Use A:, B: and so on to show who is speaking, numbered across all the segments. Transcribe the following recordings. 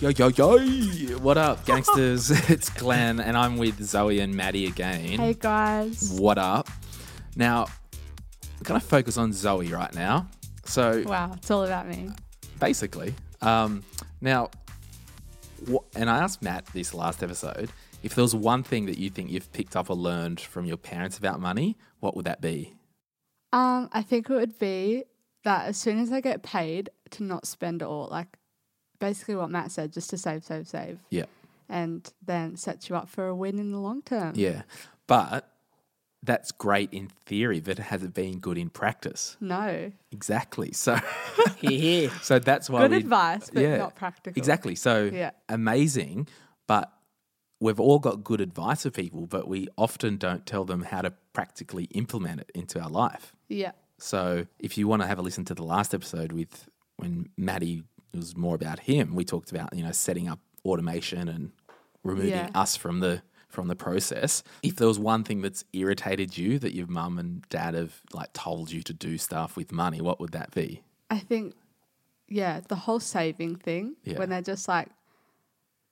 A: Yo, yo, yo. What up, gangsters? it's Glenn, and I'm with Zoe and Maddie again.
B: Hey guys.
A: What up? Now, we're going to focus on Zoe right now. So,
B: Wow, it's all about me.
A: basically, um, now, wh- and I asked Matt this last episode if there was one thing that you think you've picked up or learned from your parents about money, what would that be?
B: Um, I think it would be that as soon as I get paid to not spend it all, like basically what Matt said, just to save, save, save.
A: Yeah.
B: And then sets you up for a win in the long term.
A: Yeah. But that's great in theory, but has it been good in practice?
B: No.
A: Exactly. So,
C: Yeah.
A: so that's why
B: Good
A: we,
B: advice, but
A: yeah,
B: not practical.
A: Exactly. So
B: Yeah.
A: amazing, but we've all got good advice for people, but we often don't tell them how to practically implement it into our life.
B: Yeah.
A: So if you want to have a listen to the last episode with when Maddie it was more about him, we talked about, you know, setting up automation and removing
B: Yeah.
A: us from the from the process. If there was one thing that's irritated you that your mum and dad have like told you to do stuff with money, what would that be?
B: I think yeah, the whole saving thing.
A: Yeah.
B: When they're just like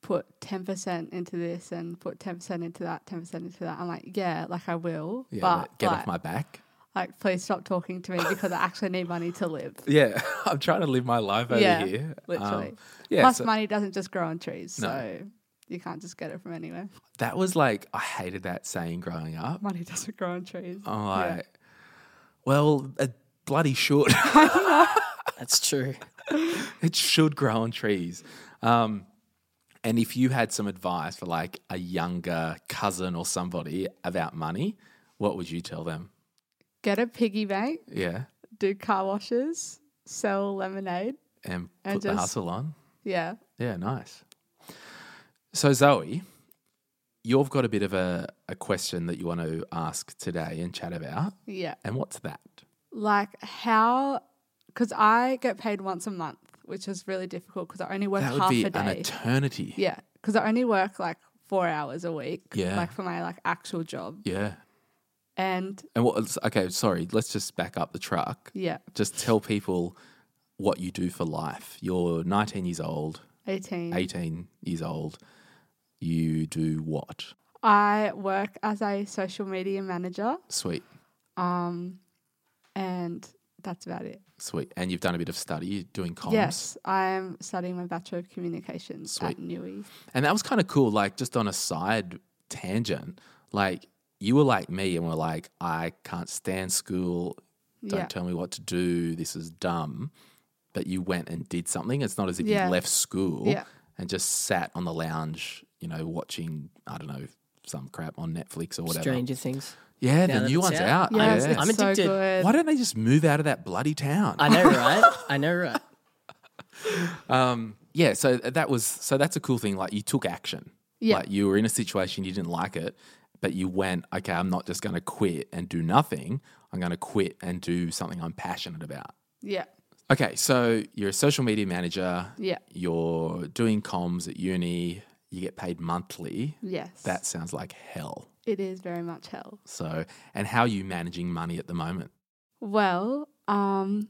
B: put ten percent into this and put ten percent into that, ten percent into that. I'm like, yeah, like I will.
A: Yeah,
B: but
A: like, get
B: like,
A: off my back.
B: like please stop talking to me because I actually need money to live.
A: Yeah, I'm trying to live my life over
B: Yeah,
A: here.
B: literally.
A: Um, yeah,
B: Plus,
A: so
B: money doesn't just grow on trees,
A: No.
B: so you can't just get it from anywhere.
A: that was like I hated that saying growing up.
B: Money doesn't grow on trees.
A: I'm like, well, it bloody should.
C: That's true.
A: it should grow on trees. Um, and if you had some advice for like a younger cousin or somebody about money, what would you tell them?
B: Get a piggy bank,
A: Yeah,
B: do car washes, sell lemonade.
A: and put
B: And
A: the
B: just-
A: hustle on.
B: Yeah.
A: Yeah, nice. So Zoe, you've got a bit of a, a question that you want to ask today and chat about.
B: Yeah.
A: And what's that?
B: Like, how, because I get paid once a month, which is really difficult because I only work
A: that would
B: half
A: be
B: a
A: an
B: day.
A: eternity.
B: yeah. Because I only work like four hours a week,
A: Yeah.
B: like for my like actual job.
A: Yeah.
B: And
A: And what? Okay, sorry. Let's just back up the truck.
B: yeah,
A: Just tell people what you do for life. You're 19 years old,
B: 18.
A: 18 years old. You do what?
B: I work as a social media manager.
A: Sweet,
B: Um, and that's about it.
A: sweet. And you've done a bit of study you're doing comms.
B: Yes, I'm studying my Bachelor of Communications
A: Sweet.
B: at NUI.
A: And that was kind of cool, like just on a side tangent. Like you were like me and were like, I can't stand school. Don't
B: Yeah.
A: tell me what to do. This is dumb. But you went and did something. It's not as if
B: Yeah.
A: you left school
B: Yeah.
A: and just sat on the lounge, you know, watching, I don't know, some crap on Netflix or whatever.
C: Stranger Things.
A: Yeah,
C: Now
A: the
C: that
A: new
C: it's
A: one's out.
C: out.
B: Yeah,
C: Yes.
B: it's
A: Yeah.
C: I'm
B: so
C: addicted.
B: good.
A: Why don't they just move out of that bloody town?
C: I know, right? I know, right?
A: Um, yeah, so that was so that's a cool thing. Like you took action.
B: Yeah.
A: Like you were in a situation you didn't like it, but you went, okay, I'm not just going to quit and do nothing. I'm going to quit and do something I'm passionate about.
B: Yeah,
A: Okay, so you're a social media manager.
B: Yeah.
A: You're doing comms at uni. You get paid monthly.
B: yes.
A: That sounds like hell.
B: it is very much hell.
A: So, and how are you managing money at the moment?
B: Well, um,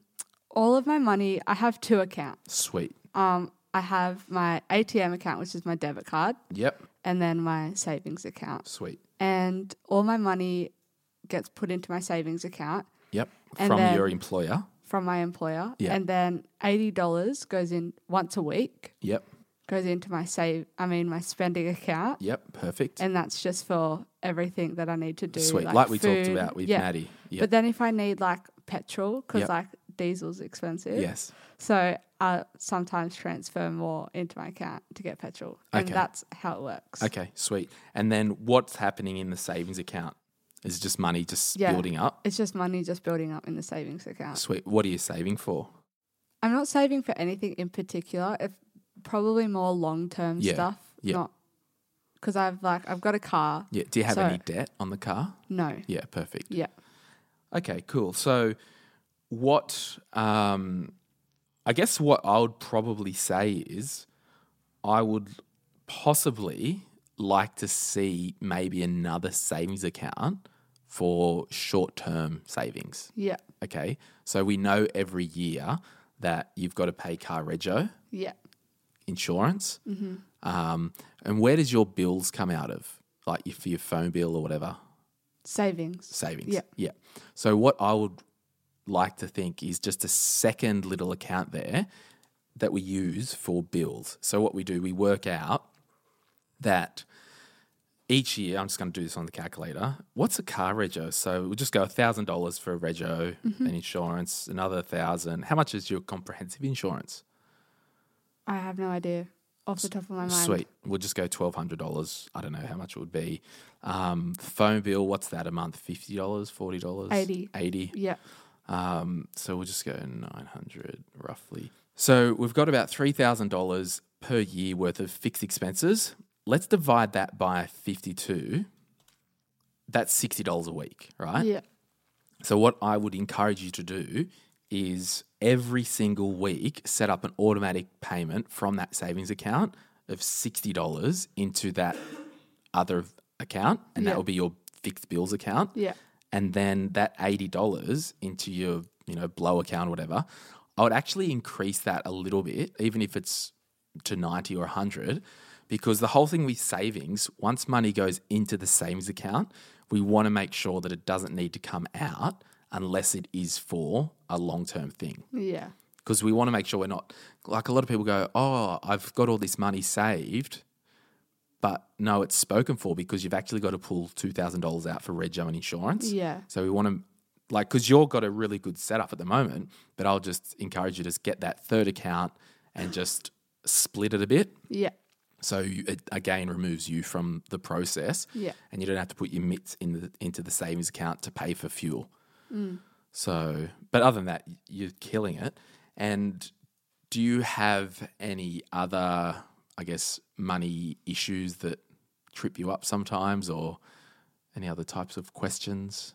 B: all of my money, I have two accounts.
A: Sweet.
B: Um, I have my ATM account, which is my debit card,
A: Yep.
B: and then my savings account.
A: Sweet.
B: And all my money gets put into my savings account
A: Yep.
B: And
A: From
B: then-
A: your employer.
B: from my employer.
A: Yeah.
B: And then $80 goes in once a week,
A: Yep.
B: goes into my save, I mean, my spending account.
A: Yep. Perfect.
B: and that's just for everything that I need to do.
A: Sweet, like, we talked
B: food.
A: about with
B: yeah.
A: Maddie. Yep.
B: But then if I need like petrol, because
A: Yep.
B: like diesel's expensive,
A: yes,
B: so I sometimes transfer more into my account to get petrol, and
A: Okay.
B: that's how it works.
A: okay, sweet. And then what's happening in the savings account? Is just money just
B: Yeah.
A: building up?
B: It's just money just building up in the savings account.
A: Sweet. What are you saving for?
B: I'm not saving for anything in particular. If probably more long term
A: Yeah,
B: stuff,
A: yeah.
B: not because I've like I've got a car.
A: Yeah. Do you have
B: So-
A: any debt on the car?
B: No,
A: Yeah. Perfect.
B: yeah,
A: Okay, cool. So, what um, I guess what I would probably say is, I would possibly like to see maybe another savings account for short term savings.
B: yeah,
A: Okay, so we know every year that you've got to pay car rego,
B: yeah,
A: insurance. Um, and where does your bills come out of? Like your, for your phone bill or whatever
B: Savings.
A: savings.
B: Yeah.
A: Yeah. So what I would like to think is just a second little account there that we use for bills. So what we do, we work out that each year, I'm just going to do this on the calculator. What's a car rego? So we'll just go thousand dollars for a rego
B: Mm-hmm.
A: and insurance, another thousand. How much is your comprehensive insurance?
B: I have no idea off the top of my mind.
A: Sweet. We'll just go twelve hundred dollars. I don't know how much it would be. Um, phone bill. What's that a month? Fifty dollars, forty dollars,
B: Eighty.
A: eighty.
B: Yeah.
A: Um, so we'll just go 900 roughly. So we've got about $3,000 per year worth of fixed expenses. Let's divide that by 52. That's $60 a week, right?
B: Yeah.
A: So, what I would encourage you to do is every single week set up an automatic payment from that savings account of $60 into that other account, and
B: Yeah.
A: that will be your fixed bills account
B: Yeah.
A: and then that eighty dollars into your you know blow account or whatever, I would actually increase that a little bit, even if it's to ninety or hundred, because the whole thing with savings, once money goes into the savings account, we want to make sure that it doesn't need to come out unless it is for a long term thing
B: Yeah.
A: because we want to make sure we're not like a lot of people go, oh, I've got all this money saved, but no, it's spoken for because you've actually got to pull two thousand dollars out for red and insurance.
B: Yeah.
A: So we want to like because you've got a really good setup at the moment, but I'll just encourage you to get that third account and just split it a bit.
B: Yeah.
A: So you, it again removes you from the process,
B: Yeah.
A: and you don't have to put your mitts in the, into the savings account to pay for fuel. So, but other than that, y- you're killing it. And do you have any other, I guess, money issues that trip you up sometimes, or any other types of questions?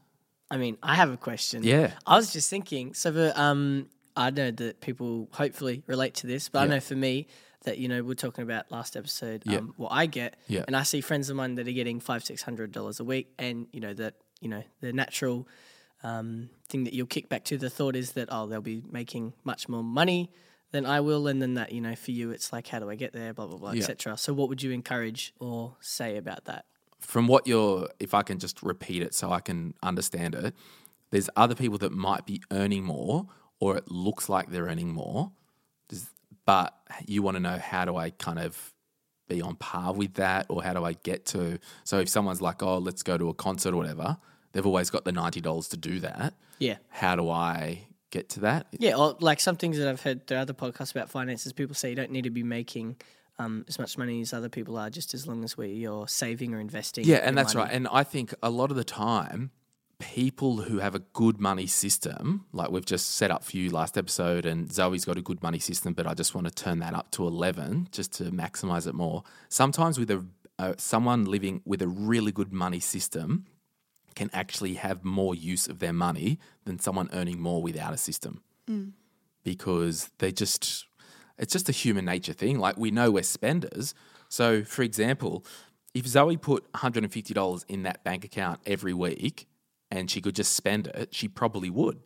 C: I mean, I have a question.
A: Yeah.
C: I was just thinking. So, for, um, I know that people hopefully relate to this, but I know for me that you know we're talking about last episode. Um, what I get,
A: Yeah.
C: and I see friends of mine that are getting five, six hundred dollars a week, and you know that you know the natural um, thing that you'll kick back to the thought is that oh they'll be making much more money than I will, and then that you know for you it's like how do I get there, blah blah blah,
A: Yeah.
C: etc. So, what would you encourage or say about that?
A: From what you're, if I can just repeat it so I can understand it, there's other people that might be earning more, or it looks like they're earning more, Does- but you want to know how do I kind of be on par with that or how do I get to so if someone's like, oh, let's go to a concert or whatever, they've always got the ninety dollars to do that.
C: Yeah.
A: How do I get to that?
C: Yeah, or like some things that I've heard through other podcasts about finances, people say you don't need to be making um, as much money as other people are, just as long as we you're saving or investing.
A: Yeah, and that's right. And I think a lot of the time, people who have a good money system, like we've just set up for you last episode, and Zoe's got a good money system, but I just want to turn that up to 11 just to maximize it more. Sometimes with a uh, someone living with a really good money system can actually have more use of their money than someone earning more without a system because they just it's just a human nature thing. Like we know we're spenders. So for example, if Zoe put $150 in that bank account every week and she could just spend it, she probably would.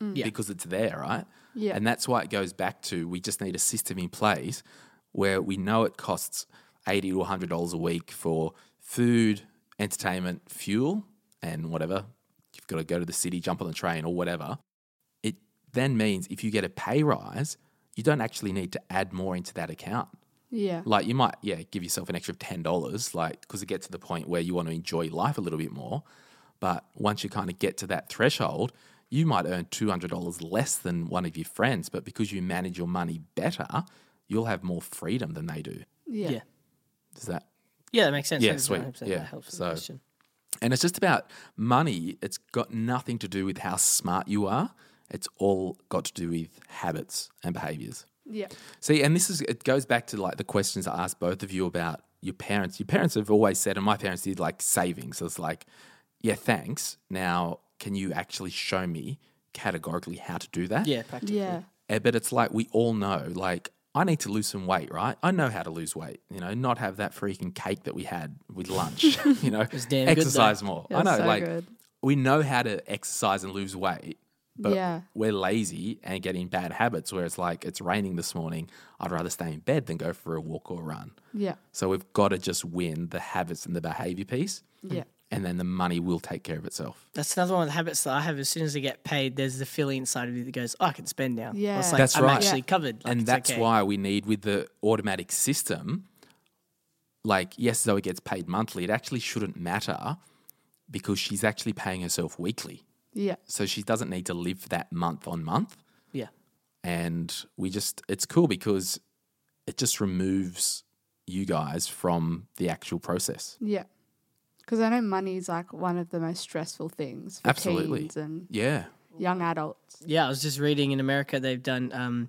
C: Yeah.
A: Because it's there, right?
B: Yeah.
A: And that's why it goes back to we just need a system in place where we know it costs 80 to $100 a week for food, entertainment, fuel, and whatever. You've got to go to the city, jump on the train or whatever it then means if you get a pay rise, you don't actually need to add more into that account.
B: Yeah.
A: Like you might, yeah, give yourself an extra ten dollars, like because it gets to the point where you want to enjoy life a little bit more. But once you kind of get to that threshold, you might earn two hundred dollars less than one of your friends, but because you manage your money better, you'll have more freedom than they do.
B: Yeah.
C: Yeah.
A: Does that
C: Yeah, that makes sense.
A: Yeah,
C: That is
A: sweet.
C: 100%
A: Yeah,
C: That helps with the
A: so-
C: question.
A: And it's just about money. It's got nothing to do with how smart you are. It's all got to do with habits and behaviors.
B: Yeah.
A: See, and this is it goes back to like the questions I asked both of you about your parents. Your parents have always said, and my parents did like savings. So it's like, yeah, thanks. Now, can you actually show me categorically how to do that?
C: Yeah, practically.
B: Yeah.
A: Eh, But it's like we all know, like, I need to lose some weight, right? I know how to lose weight, you know, not have that freaking cake that we had with lunch, you know,
C: was damn good, though.
A: exercise more.
B: It
A: I
B: was
A: know,
B: so
A: like,
B: good.
A: we know how to exercise and lose weight, But
B: Yeah.
A: we're lazy and get in bad habits where it's like, it's raining this morning. I'd rather stay in bed than go for a walk or a run.
B: Yeah.
A: So we've got to just win the habits and the behavior piece.
B: Yeah.
A: And then the money will take care of itself.
C: That's another one of the habits that I have. As soon as I get paid, there's the feeling inside of you that goes, oh, I can spend now.
B: Yeah.
C: It's like,
A: That's
C: I'm
A: right.
C: actually
B: Yeah.
C: covered. Like,
A: and
C: it's
A: that's
C: okay.
A: why we need with the automatic system, like, yes, Zoe gets paid monthly. It actually shouldn't matter because she's actually paying herself weekly.
B: Yeah.
A: So she doesn't need to live that month on month.
C: Yeah.
A: And we just, it's cool because it just removes you guys from the actual process.
B: Yeah. Because I know money is like one of the most stressful things for
A: Absolutely.
B: teens and
A: Yeah.
B: young adults.
C: Yeah, I was just reading in America they've done um,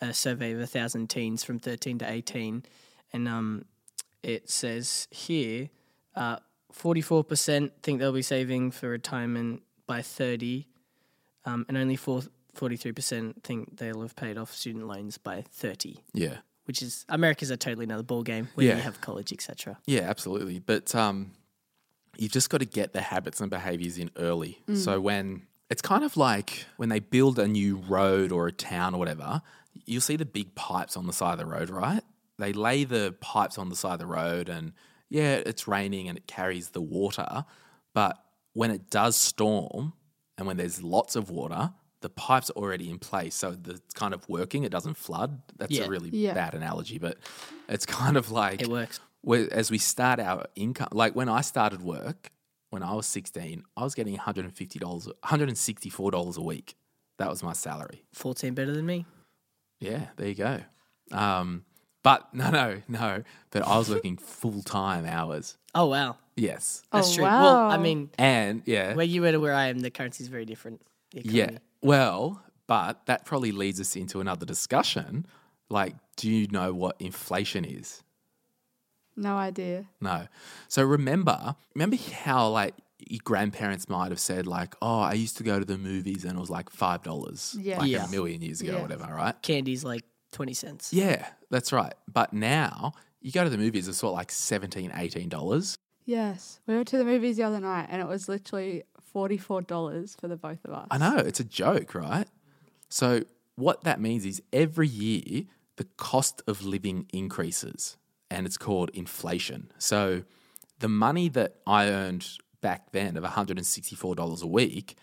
C: a survey of a thousand teens from 13 to 18, and um, it says here uh, 44% think they'll be saving for retirement by 30, um, and only four, 43% think they'll have paid off student loans by 30.
A: Yeah.
C: Which is America's a totally another ball game where
A: Yeah.
C: you have college, etc.
A: Yeah, absolutely. But um, you've just got to get the habits and behaviors in early. So when it's kind of like when they build a new road or a town or whatever, you'll see the big pipes on the side of the road, right? They lay the pipes on the side of the road, and yeah, it's raining and it carries the water. But when it does storm and when there's lots of water, the pipe's already in place. So the, it's kind of working, it doesn't flood. That's
C: Yeah.
A: a really
B: Yeah.
A: bad analogy, but it's kind of like
C: It works.
A: where- as we start our income, like when I started work when I was 16, I was getting $150, $164 a week. That was my salary.
C: 14 better than me.
A: Yeah, there you go. Um, but no, no, no. But I was working full time hours.
C: Oh, wow.
A: Yes.
C: That's
B: Oh,
C: true. Well, I
B: wow.
C: mean,
A: And yeah.
C: where you were to where I am, the currency's very different. The
A: Yeah.
C: economy.
A: Well, but that probably leads us into another discussion. Like, do you know what inflation is?
B: No idea.
A: No. So remember, remember how like your grandparents might have said like, "Oh, I used to go to the movies and it was like five dollars,
B: Yeah.
A: like
C: Yeah.
A: a million years ago, or
B: Yeah.
A: whatever." Right?
C: Candy's like 20 cents.
A: Yeah, that's right. But now you go to the movies, it's sort of like 17 dollars.
B: Yes. We went to the movies the other night and it was literally $44 for the both of us.
A: I know it's a joke, right? So what that means is every year the cost of living increases, and it's called inflation. So the money that I earned back then of one hundred and sixty-four dollars a week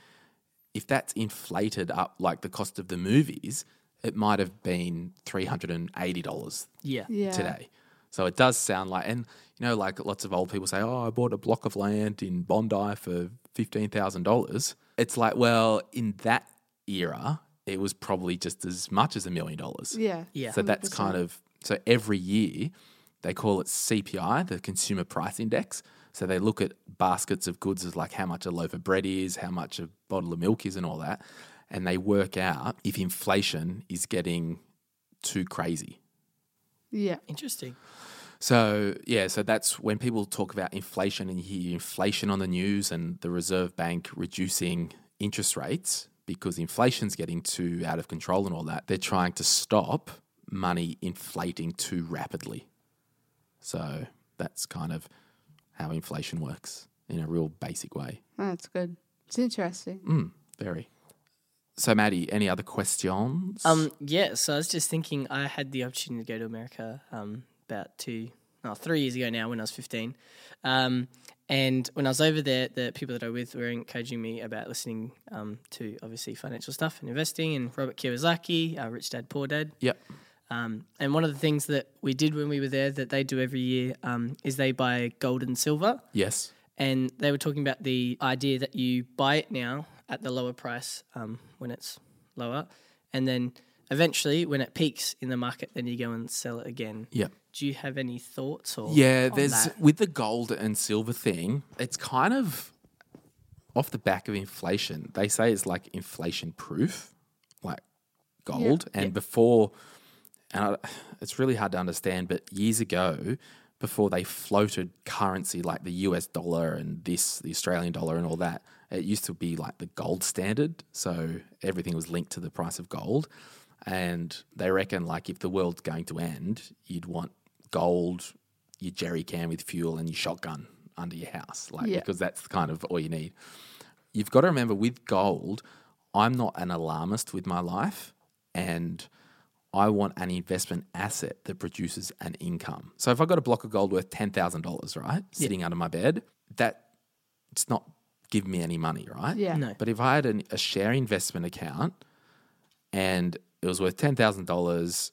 A: if that's inflated up like the cost of the movies, it might have been three hundred and eighty dollars
C: Yeah.
B: Yeah.
A: today. So it does sound like, and you know, like lots of old people say, "Oh, I bought a block of land in Bondi for fifteen thousand dollars." It's like, well, in that era, it was probably just as much as a million dollars.
B: Yeah.
C: Yeah.
A: So that's kind of so every year they call it CPI, the Consumer Price Index. So they look at baskets of goods as like how much a loaf of bread is, how much a bottle of milk is, and all that, and they work out if inflation is getting too crazy.
B: Yeah.
C: Interesting.
A: So yeah, so that's when people talk about inflation and you hear inflation on the news and the Reserve Bank reducing interest rates because inflation's getting too out of control and all that. They're trying to stop money inflating too rapidly. So that's kind of how inflation works in a real basic way.
B: That's good. It's interesting.
A: Mm, very. So Maddie, any other questions?
C: Um, yeah, so I was just thinking I had the opportunity to go to America um, about two, no, three years ago now when I was 15. Um, and when I was over there, the people that I was with were encouraging me about listening um, to obviously financial stuff and investing and Robert Kiyosaki, uh, Rich Dad Poor Dad.
A: yep.
C: Um, and one of the things that we did when we were there that they do every year um, is they buy gold and silver.
A: Yes.
C: and they were talking about the idea that you buy it now at the lower price um, when it's lower, and then eventually when it peaks in the market, then you go and sell it again.
A: Yep.
C: Do you have any thoughts or
A: Yeah,
C: on
A: there's
C: that?
A: with the gold and silver thing, it's kind of off the back of inflation. They say it's like inflation proof, like gold. And before, and I, it's really hard to understand, but years ago, before they floated currency like the US dollar and this, the Australian dollar and all that, it used to be like the gold standard. So everything was linked to the price of gold. And they reckon like if the world's going to end, you'd want gold, your jerry can with fuel and your shotgun under your house. Like
B: Yeah.
A: because that's kind of all you need you've got to remember with gold, I'm not an alarmist with my life and I want an investment asset that produces an income. So if I've got a block of gold worth $10,000, right, sitting under my bed, that it's not giving me any money, right?
B: Yeah.
C: No.
A: But if I had an, a share investment account and it was worth ten thousand dollars,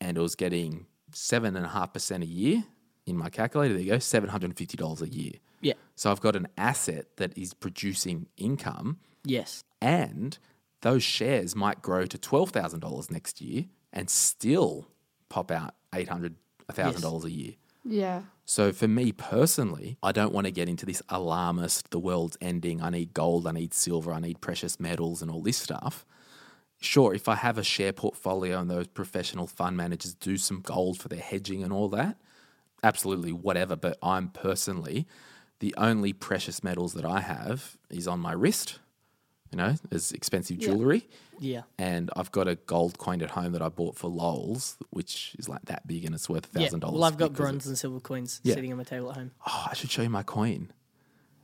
A: and it was getting seven and a half percent a year in my calculator, there you go, seven hundred and fifty dollars a year.
C: Yeah.
A: So I've got an asset that is producing income,
C: Yes.
A: and those shares might grow to twelve thousand dollars next year, and still pop out eight hundred thousand dollars a year.
B: Yeah.
A: So for me personally, I don't want to get into this alarmist, the world's ending, I need gold, I need silver, I need precious metals and all this stuff. Sure, if I have a share portfolio and those professional fund managers do some gold for their hedging and all that, absolutely whatever. But I'm personally, the only precious metals that I have is on my wrist, you know, as expensive jewelry
C: Yeah.
A: and I've got a gold coin at home that I bought for Lowell's, which is like that big and it's worth
C: Yeah.
A: thousand dollars.
C: Well, I've got bronze and silver coins
A: Yeah.
C: sitting on my table at home.
A: Oh, I should show you my coin.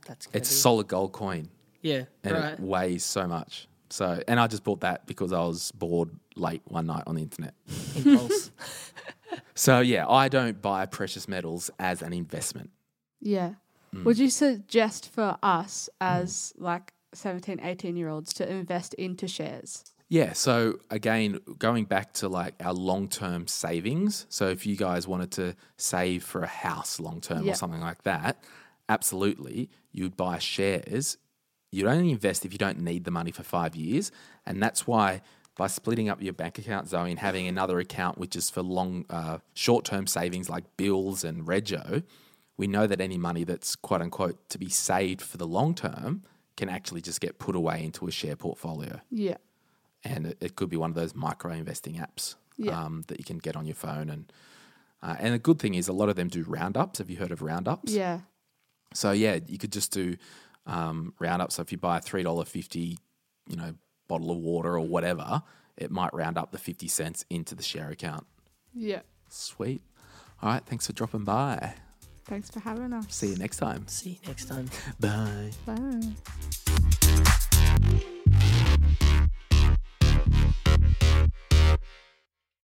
C: That's gonna
A: It's a
C: be-
A: solid gold coin,
C: yeah.
A: and
C: right.
A: it weighs so much. So, and I just bought that because I was bored late one night on the internet.
C: Impulse.
A: So, yeah, I don't buy precious metals as an investment.
B: Yeah. Would you suggest for us as like 17, 18 year olds to invest into shares?
A: Yeah. So again, going back to like our long term savings. So if you guys wanted to save for a house long term
B: Yeah.
A: or something like that, absolutely, you'd buy shares. You'd only invest if you don't need the money for five years. And that's why by splitting up your bank account, Zoe, and having another account which is for long, uh, short term savings like bills and rego, we know that any money that's quote unquote to be saved for the long term can actually just get put away into a share portfolio
B: Yeah.
A: and it, it could be one of those micro investing apps
B: Yeah.
A: um, that you can get on your phone. And uh, and the good thing is a lot of them do roundups. Have you heard of roundups?
B: Yeah.
A: So yeah, you could just do um, roundups. So if you buy a three dollar fifty, you know, bottle of water or whatever, it might round up the fifty cents into the share account.
B: Yeah.
A: Sweet. All right, thanks for dropping by.
B: Thanks for having us.
A: See you next time.
C: See you next time.
A: Bye.
B: Bye.